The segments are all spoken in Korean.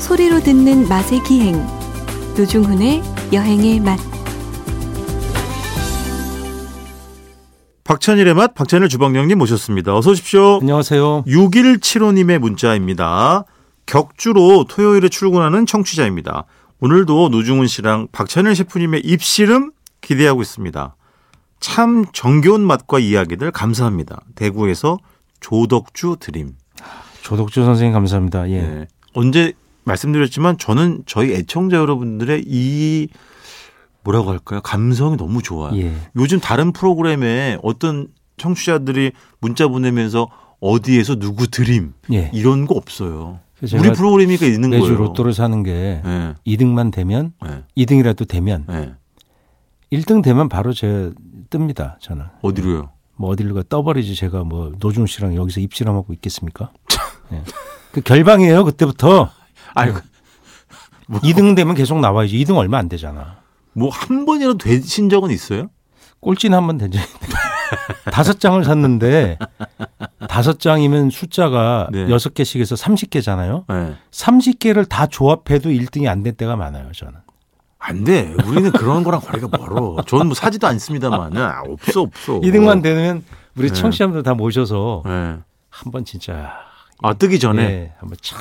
소리로 듣는 맛의 기행 노중훈의 여행의 맛 박찬일의 맛 박찬일 주방장님 모셨습니다. 어서 오십시오. 안녕하세요. 6175님의 문자입니다. 격주로 토요일에 출근하는 청취자입니다. 오늘도 노중훈 씨랑 박찬일 셰프님의 입씨름 기대하고 있습니다. 참 정겨운 맛과 이야기들 감사합니다. 대구에서 조덕주 드림. 조덕주 선생님 감사합니다. 예. 네. 언제 말씀드렸지만 저는 저희 애청자 여러분들의 이 뭐라고 할까요? 감성이 너무 좋아요. 예. 요즘 다른 프로그램에 어떤 청취자들이 문자 보내면서 어디에서 누구 드림 예. 이런 거 없어요. 그래서 우리 제가 프로그램이 그러니까 있는 매주 거예요. 로또를 사는 게 예. 2등만 되면 예. 2등이라도 되면 예. 1등 되면 바로 제 뜹니다. 저는. 어디로요? 뭐 어디로 가 떠버리지 제가 뭐 노중 씨랑 여기서 입질함하고 있겠습니까? 예. 그 결방이에요. 그때부터 아니 뭐- 2등 되면 계속 나와야지. 2등 얼마 안 되잖아. 뭐 한 번이라도 되신 적은 있어요? 꼴찌는 한번 되지. 다섯 장을 샀는데 다섯 장이면 숫자가 네. 여섯 개씩 해서 30개잖아요. 예. 30개를 다 조합해도 1등이 안 될 때가 많아요, 저는. 안 돼. 우리는 그런 거랑 거리가 멀어. 저는 뭐 사지도 않습니다만 아, 없어 없어. 2등만 되면 우리 네. 청취자분들 다 모셔서 예. 한번 진짜 아 뜨기 전에 예, 한번 착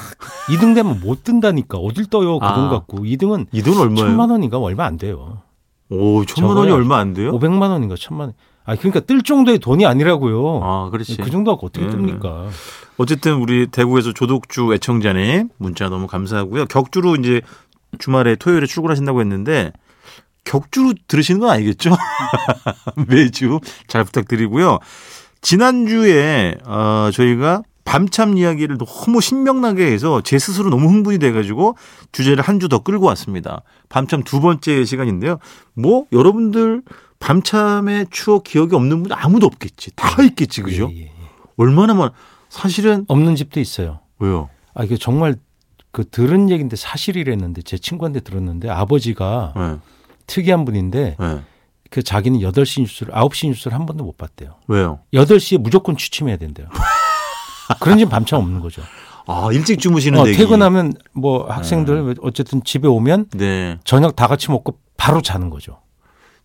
2등 되면 못 든다니까. 어딜 떠요, 그 돈 아. 갖고. 2등은 이 돈 얼마예요? 천만 원인가 뭐 얼마 안 돼요. 오, 천만 원이 적어요. 얼마 안 돼요? 500만 원인가 천만 원. 아, 그러니까 뜰 정도의 돈이 아니라고요. 아, 그렇지. 그 정도 갖고 어떻게 예. 뜹니까? 어쨌든 우리 대구에서 조독주 애청자님 문자 너무 감사하고요. 격주로 이제 주말에 토요일에 출근하신다고 했는데 격주로 들으시는 건 아니겠죠? 매주 잘 부탁드리고요. 지난주에 어, 저희가 밤참 이야기를 너무 신명나게 해서 제 스스로 너무 흥분이 돼가지고 주제를 한 주 더 끌고 왔습니다. 밤참 두 번째 시간인데요. 뭐 여러분들 밤참의 추억 기억이 없는 분 아무도 없겠지. 다 있겠지, 그죠? 예, 예, 예. 얼마나 많 사실은 없는 집도 있어요. 왜요? 아, 이게 정말 그 들은 얘기인데 사실이랬는데 제 친구한테 들었는데 아버지가 예. 특이한 분인데 예. 그 자기는 8시 뉴스를 9시 뉴스를 한 번도 못 봤대요. 왜요? 8시에 무조건 취침해야 된대요. 그런 집 밤참 없는 거죠. 아 일찍 주무시는 어, 얘기. 퇴근하면 뭐 학생들 어쨌든 집에 오면 네. 저녁 다 같이 먹고 바로 자는 거죠.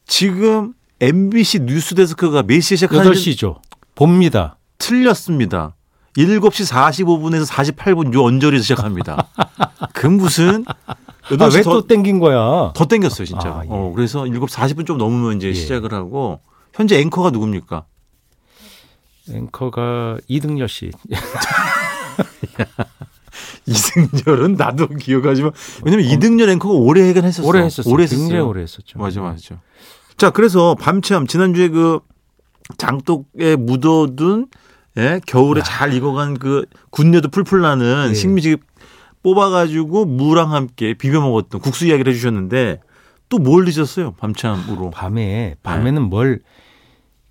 지금 MBC 뉴스데스크가 몇 시에 시작하는지 8시죠. 봅니다. 틀렸습니다. 7시 45분에서 48분 요 언저리에서 시작합니다. 그 무슨 아, 8시 왜 더, 또 땡긴 거야? 더 땡겼어요, 진짜. 아, 예. 어, 그래서 7시 40분 좀 넘으면 이제 시작을 하고 현재 앵커가 누굽니까? 앵커가 이등열 씨. 이승열은 나도 기억하지만 왜냐면 이등열 앵커가 오래 해긴 했었어요. 오래 했었어요. 오래 했었어요. 굉장히 오래 했었죠. 맞아 맞아. 자 그래서 밤참 지난주에 그 장독에 묻어둔 예, 겨울에 잘 익어간 그 군내도 풀풀 나는 예. 식미지 뽑아가지고 무랑 함께 비벼 먹었던 국수 이야기를 해주셨는데 또 뭘 드셨어요 밤참으로? 네. 밤에 밤에는 뭘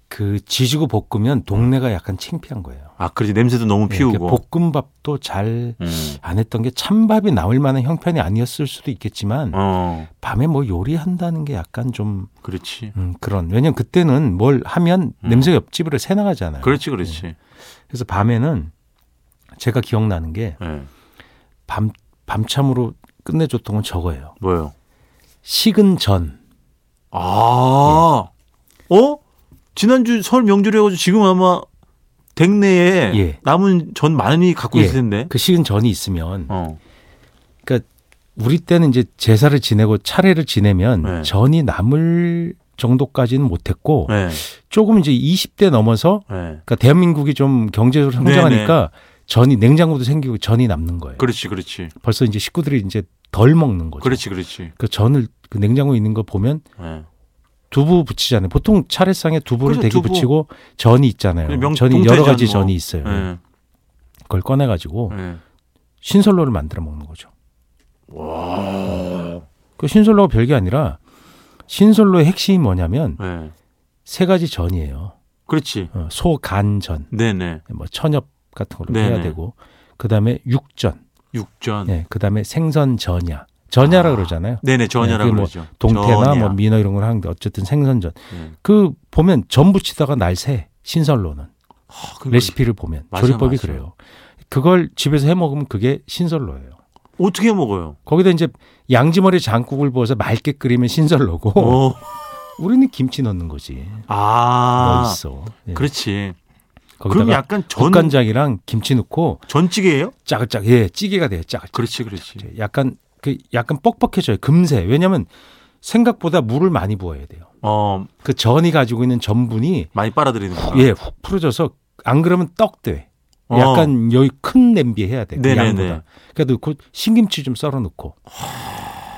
그 지지고 볶으면 동네가 약간 창피한 거예요. 아 그러지 냄새도 너무 예, 이렇게 피우고. 볶음밥도 잘 안 음. 했던 게 찬밥이 나올 만한 형편이 아니었을 수도 있겠지만 어 밤에 뭐 요리한다는 게 약간 좀 그렇지. 음, 그런. 왜냐면 그때는 뭘 하면 냄새가 옆집으로 새나가잖아요. 음. 그렇지 그렇지. 그래서 밤에는 제가 기억나는 게 예. 밤, 밤참으로 끝내줬던 건 저거예요. 뭐요? 식은 전. 아 어? 지난주 설 명절에 가지고 지금 아마 댁내에 예. 남은 전 많이 갖고 예. 있을 텐데. 그 식은 전이 있으면 어. 그러니까 우리 때는 이제 제사를 지내고 차례를 지내면 네. 전이 남을 정도까지는 못했고 예. 조금 이제 20대 넘어서 예. 그러니까 대한민국이 좀 경제적으로 네, 성장하니까 전이 냉장고도 생기고 전이 남는 거예요. 그렇지, 그렇지. 벌써 이제 식구들이 이제 덜 먹는 거죠. 그렇지, 그렇지. 그 전을 그 냉장고에 있는 거 보면 예. 두부 붙이잖아요. 보통 차례상에 두부를 그렇죠, 되게 두부. 붙이고 전이 있잖아요. 명- 전이 동태전 여러 가지 뭐. 전이 있어요. 예. 그걸 꺼내 가지고 예. 신설로를 만들어 먹는 거죠. 그 신설로가 별게 아니라 신설로의 핵심이 뭐냐면 예. 세 가지 전이에요. 그렇지. 어, 소간전, 네, 네. 뭐 천엽 같은 걸로 네네. 해야 되고 그다음에 육전, 육전. 예, 그다음에 생선 전야. 전야라 아, 그러잖아요. 네네, 전이라고 예, 그게 뭐 그러죠. 동태나 전야. 뭐 민어 이런 걸 하는데 어쨌든 생선전. 예. 그 보면 전 부치다가 날새 신설로는 아, 그럼 레시피를 보면 맞아, 조리법이 맞아. 그래요. 그걸 집에서 해 먹으면 그게 신설로예요. 어떻게 먹어요? 거기다 이제 양지머리 장국을 부어서 맑게 끓이면 신설로고 어. 우리는 김치 넣는 거지. 아. 멋있어. 예. 그렇지. 그럼 거기다가 약간 전 국간장이랑 김치 넣고 전찌개예요? 짜글짜글 예 찌개가 돼요. 짜글. 그렇지, 그렇지. 약간 그 약간 뻑뻑해져요. 금세. 왜냐면 생각보다 물을 많이 부어야 돼요. 어, 그 전이 가지고 있는 전분이 많이 빨아들이는구나. 예 훅 풀어져서 안 그러면 떡 돼. 어. 약간 여기 큰 냄비 해야 돼. 그 네네네. 양보다. 그러니까 넣고 신김치 좀 썰어 놓고.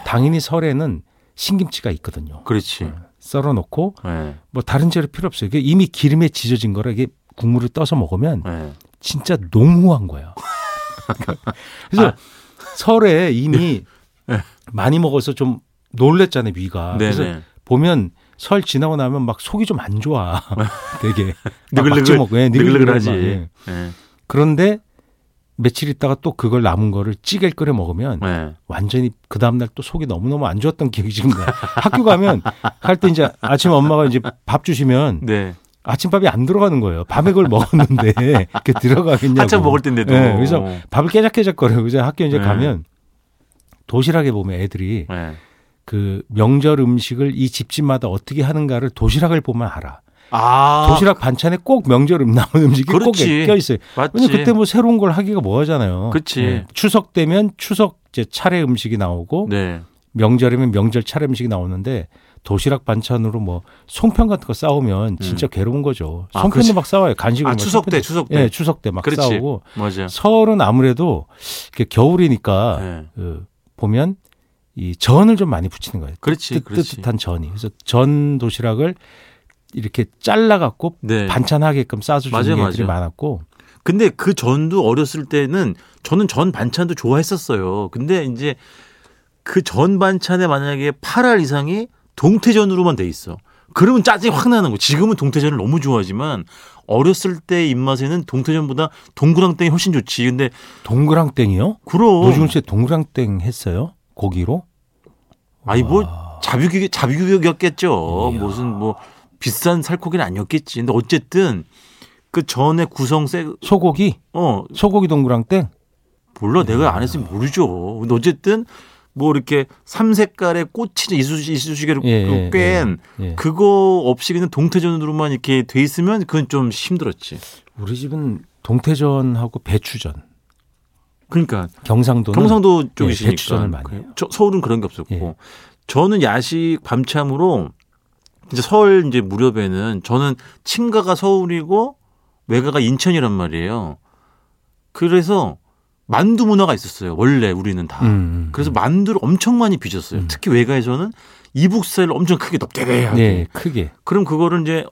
당연히 설에는 신김치가 있거든요. 그렇지. 썰어 놓고 예. 뭐 다른 재료 필요 없어요. 이게 이미 기름에 지져진 거라 이게 국물을 떠서 먹으면 예. 진짜 농후한 거야. 그래서 설에 이미 아. 네. 많이 먹어서 좀 놀랬잖아요 위가. 그래서 네네. 보면 설 지나고 나면 막 속이 좀 안 좋아. 되게 막 막지 느글느글. 먹고, 예, 느글느글하지. 느글느글한 맛, 예. 예. 그런데 며칠 있다가 또 그걸 남은 거를 찌개를 끓여 먹으면 예. 완전히 그 다음날 또 속이 너무너무 안 좋았던 기억이 지금 나요. 학교 가면 갈 때 이제 아침 엄마가 이제 밥 주시면 네. 아침밥이 안 들어가는 거예요. 밤에 그걸 먹었는데 그게 들어가겠냐고. 한참 먹을 텐데도. 예, 그래서 밥을 깨작깨작거려요. 그래서 학교 이제 네. 가면 도시락에 보면 애들이 예. 그 명절 음식을 이 집집마다 어떻게 하는가를 도시락을 보면 알아. 아. 도시락 반찬에 꼭 명절 음 남은 음식이 꼭 그렇지. 껴 있어요. 맞지. 왜냐 그때 뭐 새로운 걸 하기가 뭐하잖아요. 네. 그치. 추석 되면 추석 이제 차례 음식이 나오고 네. 명절이면 명절 차례 음식이 나오는데 도시락 반찬으로 뭐 송편 같은 거 싸우면 진짜 괴로운 거죠. 음. 아, 송편도 그치. 막 싸워요. 간식으로 아, 막 추석 때, 송편도- 추석 예, 때. 추석 때 막 그렇지. 네. 싸우고 맞아. 설은 아무래도 이렇게 겨울이니까 예. 그 보면 이 전을 좀 많이 붙이는 거예요. 그렇지, 뜨, 그렇지. 뜨뜻한 전이. 그래서 전 도시락을 이렇게 잘라 갖고 네. 반찬하게끔 싸서 주는 맞아요, 게 애들이 맞아요. 많았고 근데 그 전도 어렸을 때는 저는 전 반찬도 좋아했었어요. 근데 이제 그 전 반찬에 만약에 8알 이상이 동태전으로만 돼 있어. 그러면 짜증이 확 나는 거. 지금은 동태전을 너무 좋아하지만 어렸을 때 입맛에는 동태전보다 동그랑땡이 훨씬 좋지. 근데 동그랑땡이요? 그럼 노중 씨의 동그랑땡 했어요? 고기로? 아니 뭐 와. 자비규 자비규격이었겠죠. 이야. 무슨 뭐 비싼 살코기는 아니었겠지. 근데 어쨌든 그 전의 구성 소고기? 세어 소고기 동그랑땡? 몰라 내가 안 했으면 모르죠. 근데 어쨌든 뭐 이렇게 삼색깔의 꽃이 이쑤시, 이쑤시개로 예, 그 예, 꿰은 예. 그거 없이 그냥 동태전으로만 이렇게 돼 있으면 그건 좀 힘들었지. 우리 집은 동태전하고 배추전. 그러니까 경상도는 경상도 쪽이시니까 배추전을 많이 해요. 저- 서울은 그런 게 없었고 예. 저는 야식 밤참으로 이제 설 이제 무렵에는 저는 친가가 서울이고 외가가 인천이란 말이에요. 그래서 만두 문화가 있었어요. 원래 우리는 다. 음, 음. 아, 그래서 만두를 엄청 많이 빚었어요. 음. 특히 외가에서는 이북살을 엄청 크게 넙대대하게. 예, 크게. 그럼 그거를 이제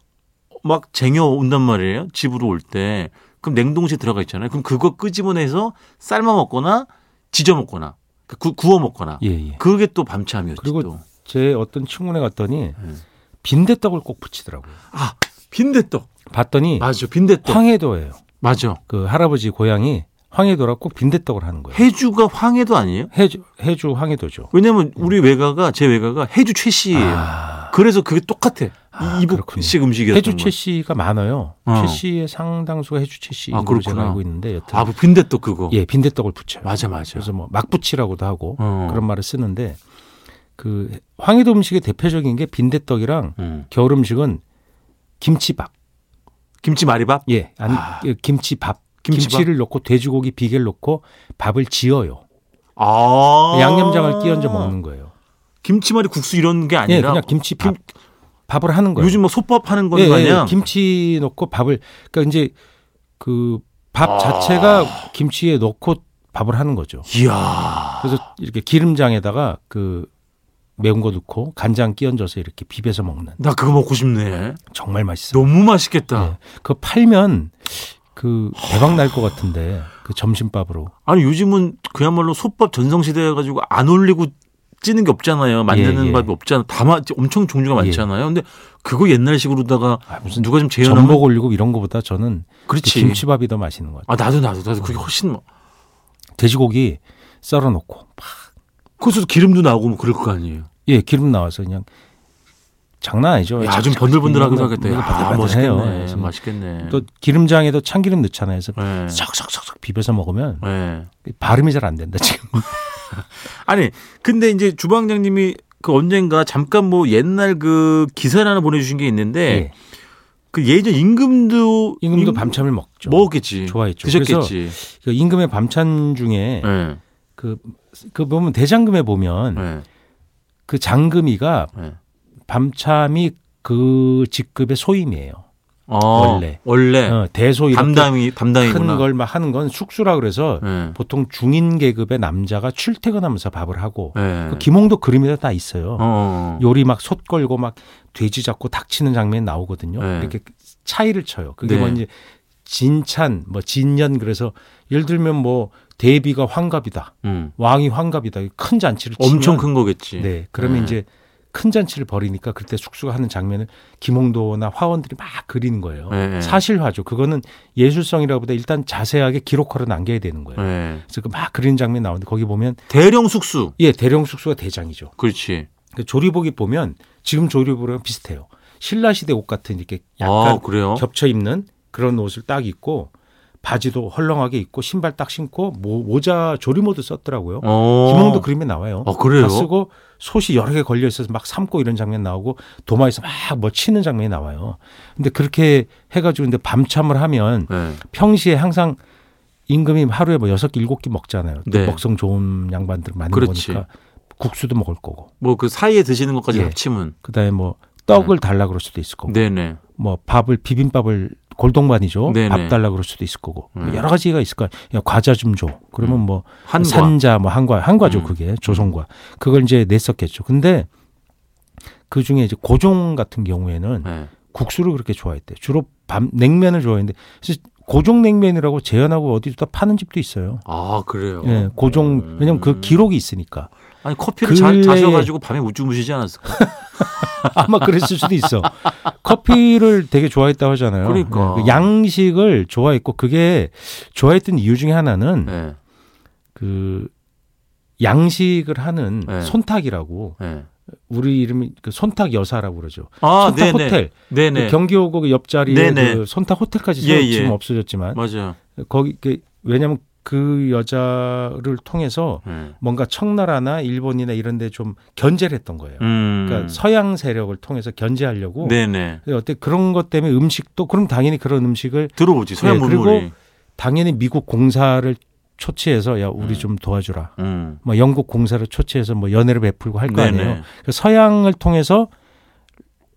막 쟁여 온단 말이에요. 집으로 올 때. 그럼 냉동실에 들어가 있잖아요. 그럼 그거 끄집어내서 삶아 먹거나 지져 먹거나 그 구, 구워 먹거나. 예, 예. 그게 또 밤참이었지 그리고 또. 제 어떤 친구네 갔더니 빈대떡을 꼭 붙이더라고요. 아, 빈대떡. 봤더니 맞아. 빈대떡. 황해도예요. 맞아. 그 할아버지 고향이 황해도라 꼭 빈대떡을 하는 거예요. 해주가 황해도 아니에요? 해주, 해주 황해도죠. 왜냐면 우리 외가가 제 외가가 해주 최씨예요. 예. 아, 그래서 그게 똑같아. 아, 이- 이북식 음식이었던 해주 최 거. 씨가 많아요. 어. 최 씨의 상당수가 해주 최 씨인 아, 걸로 그렇구나. 제가 알고 있는데 여튼 아, 그 빈대떡 그거. 예 빈대떡을 붙여요. 맞아, 맞아. 그래서 뭐 막부치라고도 하고 어. 그런 말을 쓰는데 그 황해도 음식의 대표적인 게 빈대떡이랑 음. 겨울 음식은 김치밥. 김치 마리밥? 예, 안, 예, 김치밥. 아. 김치밥? 김치를 넣고 돼지고기 비계를 넣고 밥을 지어요. 아. 양념장을 끼얹어 먹는 거예요. 김치말이 국수 이런 게 아니라 예, 그냥 김치밥. 밥을 하는 거예요. 요즘 뭐 솥밥 하는 건 예, 거 예, 아니야? 김치 넣고 밥을 그러니까 이제 그 밥 아. 자체가 김치에 넣고 밥을 하는 거죠. 이야. 그래서 이렇게 기름장에다가 그 매운 거 넣고 간장 끼얹어서 이렇게 비벼서 먹는 나 그거 먹고 싶네. 정말 맛있어요. 너무 맛있겠다. 예. 그거 팔면 그 대박 날 것 같은데 그 점심밥으로 아니 요즘은 그야말로 솥밥 전성시대 해가지고 안 올리고 찌는 게 없잖아요. 만드는 예, 예. 밥이 없잖아. 다 마- 엄청 종류가 예. 많잖아요. 근데 그거 옛날식으로다가 아, 무슨 누가 좀 재현하면 전복 올리고 이런 거보다 저는 그그 뭐? 그렇지. 김치밥이 더 맛있는 것 같아요. 아 나도 나도 나도 그게 훨씬 뭐- 돼지고기 썰어 놓고 거기서 기름도 나오고 뭐 그럴 거 아니에요. 예 기름 나와서 그냥 장난 아니죠. 야, 좀 번들번들하기도 하겠다. 아, 야, 해요. 예, 맛있겠네. 그래서 맛있겠네. 또 기름장에도 참기름 넣잖아요. 그래서 예. 쏙쏙쏙쏙 비벼서 먹으면 예. 발음이 잘 안 된다 지금. 아니, 근데 이제 주방장님이 그 언젠가 잠깐 뭐 옛날 그 기사를 하나 보내주신 게 있는데 예. 그 예전 임금도 임금도 네. 임- 밤참을 먹죠. 먹었겠지. 좋아했죠. 드셨겠지. 그 임금의 밤찬 중에 예. 그, 그 보면 대장금에 보면 예. 그 장금이가 예. 밤참이 그 직급의 소임이에요. 어, 원래. 원래 어, 대소 이렇게 담당이 큰 네. 담당이구나. 걸 막 하는 건 숙수라 그래서 예. 보통 중인 계급의 남자가 출퇴근하면서 밥을 하고 예. 그 김홍도 그림에다 다 있어요. 어. 요리 막 솥 걸고 막 돼지 잡고 닥치는 장면 나오거든요. 네. 이렇게 차이를 쳐요. 그게 네. 뭐 이제 진찬, 뭐 진년 그래서 예를 들면 뭐 대비가 환갑이다, 음. 왕이 환갑이다, 큰 잔치를 치면 엄청 큰 거겠지. 네, 그러면 네. 이제 큰 잔치를 벌이니까 그때 숙수가 하는 장면을 김홍도나 화원들이 막 그리는 거예요. 네. 사실화죠. 그거는 예술성이라보다 일단 자세하게 기록화로 남겨야 되는 거예요. 예. 그래서 그 막 그리는 장면 나오는데 거기 보면 대령 숙수. 예 대령 숙수가 대장이죠. 그렇지. 그 조리복이 보면 지금 조리복이랑 비슷해요. 신라 시대 옷 같은 이렇게 아, 약간 그래요? 겹쳐 입는 그런 옷을 딱 입고 바지도 헐렁하게 입고 신발 딱 신고 모, 모자 조리모도 썼더라고요. 어. 김홍도 그림에 나와요. 어, 그래요? 다 쓰고 솥이 여러 개 걸려 있어서 막 삶고 이런 장면 나오고 도마에서 막 뭐 치는 장면이 나와요. 근데 그렇게 해가지고 근데 밤참을 하면 예. 평시에 항상 임금이 하루에 뭐 여섯 개 일곱 개 먹잖아요. 또 네. 먹성 좋은 양반들 많이 그렇지. 보니까 국수도 먹을 거고. 뭐그 사이에 드시는 것까지 예. 합치면. 그다음에 뭐 떡을 달라 그럴 수도 있을 거고 네. 네네. 뭐 밥을 비빔밥을 골동반이죠 네네. 밥 달라 그럴 수도 있을 거고 뭐 음. 여러 가지가 있을 거야 야, 과자 좀 줘 그러면 뭐 한과. 산자 뭐 한과 한과죠 음. 그게 조선과 그걸 이제 냈었겠죠 근데 그중에 이제 고종 같은 경우에는 예. 국수를 그렇게 좋아했대 주로 밤 냉면을 좋아했는데 사실 고종 냉면이라고 재현하고 어디다 파는 집도 있어요 아, 그래요. 예 고종 음. 왜냐면 그 기록이 있으니까 아니 커피를 자, 근래에- 자셔가지고 밤에 우쭈무시지 않았을까? 아마 그랬을 수도 있어. 커피를 되게 좋아했다고 하잖아요. 그러니까. 그 양식을 좋아했고 그게 좋아했던 이유 중에 하나는 예. 그 양식을 하는 네. 손탁이라고 예. 우리 이름이 그 손탁 여사라고 그러죠. 아, 손탁 네네. 호텔. 네네. 그 경기호고 그 옆자리에 네네. 그 손탁 호텔까지 예, 세워- 예. 지금 없어졌지만 맞아요. 거기 그 왜냐면 그 여자를 통해서 예. 뭔가 청나라나 일본이나 이런 데 좀 견제를 했던 거예요. 음. 그러니까 서양 세력을 통해서 견제하려고 네네. 근데 어때 그런 것 때문에 음식도 그럼 당연히 그런 음식을 들어오지 서양 예, 그리고- 문물이. 당연히 미국 공사를 초치해서 야 우리 음. 좀 도와주라. 음. 뭐 영국 공사를 초치해서 뭐 연애를 베풀고 할 거 아니에요. 네네. 그 서양을 통해서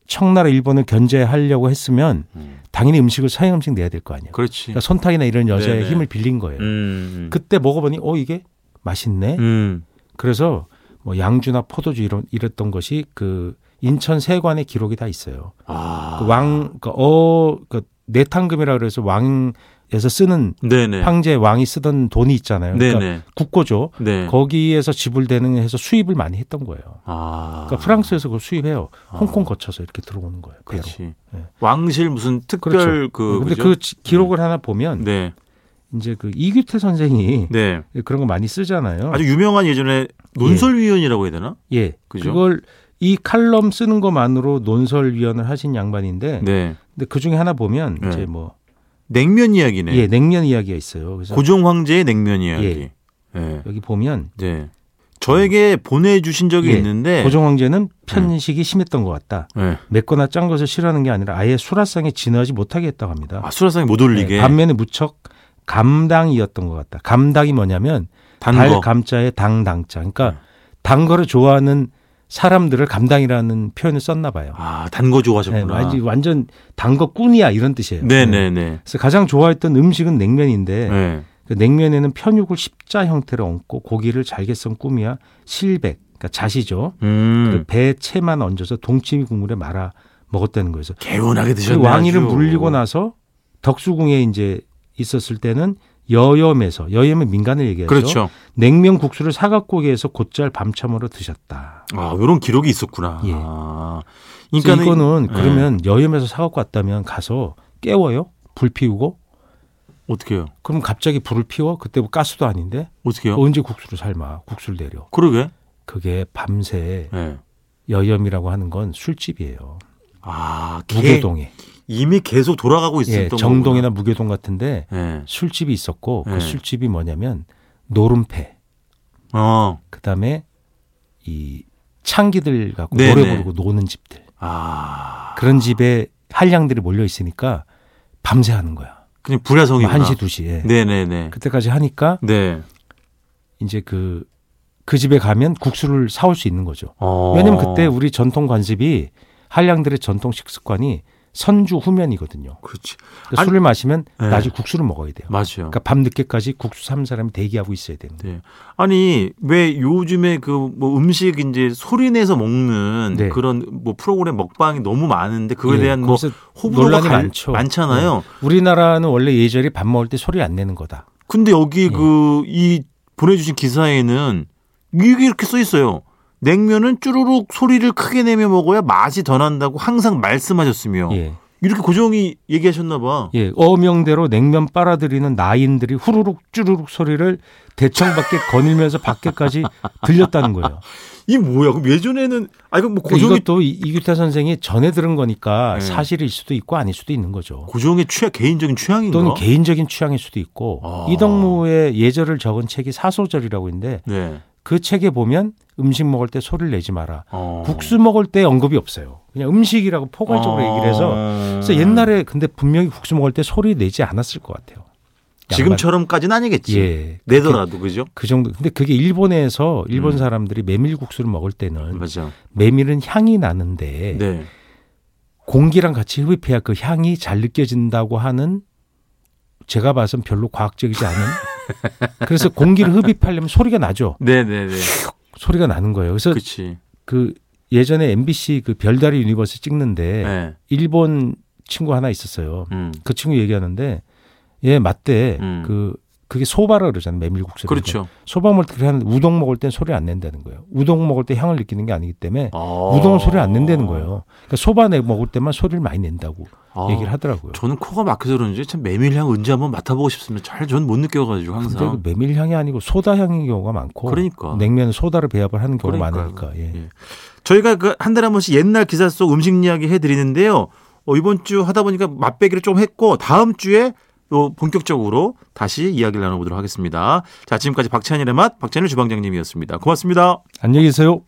청나라 일본을 견제하려고 했으면 음. 당연히 음식을 서양 음식 내야 될 거 아니에요. 그렇지. 그러니까 손탁이나 이런 여자의 그렇죠. 네네. 힘을 빌린 거예요. 음. 그때 먹어보니 어 이게 맛있네. 음. 그래서 뭐 양주나 포도주 이런 이랬던 것이 그 인천 세관의 기록이 다 있어요. 아. 그 왕, 그 어, 그 내탕금이라 그래서 왕에서 쓰는 네네. 황제 왕이 쓰던 돈이 있잖아요. 그러니까 네네. 국고죠. 네. 거기에서 지불되는 해서 수입을 많이 했던 거예요. 아. 그러니까 프랑스에서 그걸 수입해요. 아. 홍콩 거쳐서 이렇게 들어오는 거예요. 배로. 그렇지. 예. 왕실 무슨 특별 그 근데 그죠? 그 지- 기록을 하나 보면 네. 이제 그 이규태 선생이 네. 그런 거 많이 쓰잖아요. 아주 유명한 예전에 논설위원이라고 해야 되나? 예. 그죠? 그걸 이 칼럼 쓰는 것만으로 논설위원을 하신 양반인데 네. 근데 그 중에 하나 보면 네. 이제 뭐 냉면 이야기네. 예, 냉면 이야기가 있어요. 그래서 고종 황제의 냉면 이야기. 예. 예. 여기 보면 네. 저에게 보내주신 적이 예. 있는데. 고종 황제는 음. 편식이 심했던 것 같다. 예. 맵거나 짠 것을 싫어하는 게 아니라 아예 수라상에 진화하지 못하게 했다고 합니다. 아, 수라상에 못 올리게. 네, 반면에 무척 감당이었던 것 같다. 감당이 뭐냐면 단 달 거. 감자에 당 당자. 네. 그러니까 단 거를 좋아하는 사람들을 감당이라는 표현을 썼나 봐요. 아, 단 거 네, 좋아하셨구나. 완전- 완전 단거꾼이야 이런 뜻이에요. 네네네. 네. 그래서 가장 좋아했던 음식은 냉면인데 네. 그 냉면에는 편육을 십자 형태로 얹고 고기를 잘게 썬 꿈이야 실백, 그러니까 자시죠. 그 음. 배에 채만 얹어서 동치미 국물에 말아 먹었다는 거예요. 그래서 개운하게 드셨네. 그 왕위를 아주. 물리고 나서 덕수궁에 이제 있었을 때는 여염에서 여염은 민간을 얘기하죠. 그렇죠. 냉면 국수를 사각고기에 해서 곧잘 밤참으로 드셨다. 아, 이런 기록이 있었구나. 예. 아. 그러니까 그러니까는- 이거는 예. 그러면 여염에서 사갖고 왔다면 가서 깨워요. 불 피우고 어떻게 해요? 그럼 갑자기 불을 피워 그때 뭐 가스도 아닌데 어떻게 해요? 언제 국수를 삶아 국수를 내려 그러게. 그게 밤새 예. 여염이라고 하는 건 술집이에요. 아, 개- 무교동에. 이미 계속 돌아가고 있었던 예, 정동이나 무교동 같은데 거구나. 예. 술집이 있었고 예. 그 술집이 뭐냐면 노름패. 어. 그다음에 이 창기들 갖고 네, 노래 네. 부르고 노는 집들. 아. 그런 집에 한량들이 몰려 있으니까 밤새 하는 거야. 뭐 그냥 불야성이구나. 한시두시에 네, 네, 네. 그때까지 하니까 네. 이제 그, 그 집에 가면 국수를 사올 수 있는 거죠. 어. 왜냐면 그때 우리 전통 관습이 한량들의 전통 식습관이 선주 후면이거든요. 그렇지. 그러니까 아니, 술을 마시면 네. 낮에 국수를 먹어야 돼요. 맞아요. 그러니까 밤 늦게까지 국수 삼 사람이 대기하고 있어야 되는 거예요. 네. 아니 왜 요즘에 그 뭐 음식 이제 소리 내서 먹는 네. 그런 뭐 프로그램 먹방이 너무 많은데 그거에 예, 대한 뭐 거기서 호불호가 논란이 갈- 많죠. 예. 많잖아요. 우리나라는 원래 예절이 밥 먹을 때 소리 안 내는 거다. 근데 여기 네. 그 이 보내주신 기사에는 이게 이렇게 써 있어요. 냉면은 쭈루룩 소리를 크게 내며 먹어야 맛이 더 난다고 항상 말씀하셨으며 예. 이렇게 고정이 얘기하셨나 봐. 예. 어명대로 냉면 빨아들이는 나인들이 후루룩 쭈루룩 소리를 대청 밖에 거닐면서 밖에까지 들렸다는 거예요. 이 뭐야? 그럼 예전에는 아 이거 뭐 그 고정이 이것도 이- 이규태 선생이 전에 들은 거니까 예. 사실일 수도 있고 아닐 수도 있는 거죠. 고정의 취향 개인적인 취향인가? 또는 개인적인 취향일 수도 있고 아. 이덕무의 예절을 적은 책이 사소절이라고 있는데 네. 그 책에 보면 음식 먹을 때 소리를 내지 마라. 어. 국수 먹을 때 언급이 없어요. 그냥 음식이라고 포괄적으로 어. 얘기를 해서 그래서 옛날에 근데 분명히 국수 먹을 때 소리 내지 않았을 것 같아요. 양반. 지금처럼까지는 아니겠지. 예. 내더라도 그죠? 그 정도. 근데 그게 일본에서 일본 음. 사람들이 메밀국수를 먹을 때는 맞아. 메밀은 향이 나는데 네. 공기랑 같이 흡입해야 그 향이 잘 느껴진다고 하는 제가 봐선 별로 과학적이지 않은 그래서 공기를 흡입하려면 소리가 나죠. 네, 네, 네. 소리가 나는 거예요. 그래서 그, 그렇지. 예전에 MBC 그 별다리 유니버스 찍는데 예. 일본 친구 하나 있었어요. 음. 그 친구 얘기하는데 예 맞대 음. 그 그게 소바라 그러잖아요 메밀국수 그렇죠. 소바 먹을 때 그렇게 하는데 우동 먹을 땐 소리 안 낸다는 거예요 우동 먹을 때 향을 느끼는 게 아니기 때문에 아. 우동은 소리 안 낸다는 거예요 그러니까 소바 내 먹을 때만 소리를 많이 낸다고 아. 얘기를 하더라고요 저는 코가 막혀서 그런지 참 메밀향 언제 한번 맡아보고 싶습니다. 잘 전 못 느껴가지고 근데 그 항상. 메밀향이 아니고 소다향인 경우가 많고 그러니까. 냉면은 소다를 배합을 하는 경우가 그러니까요. 많으니까 예. 예. 저희가 그 한 달에 한 번씩 옛날 기사 속 음식 이야기 해드리는데요. 어, 이번 주 하다 보니까 맛배기를 좀 했고 다음 주에 또 본격적으로 다시 이야기를 나눠보도록 하겠습니다. 자 지금까지 박찬일의 맛 박찬일 주방장님이었습니다. 고맙습니다. 안녕히 계세요.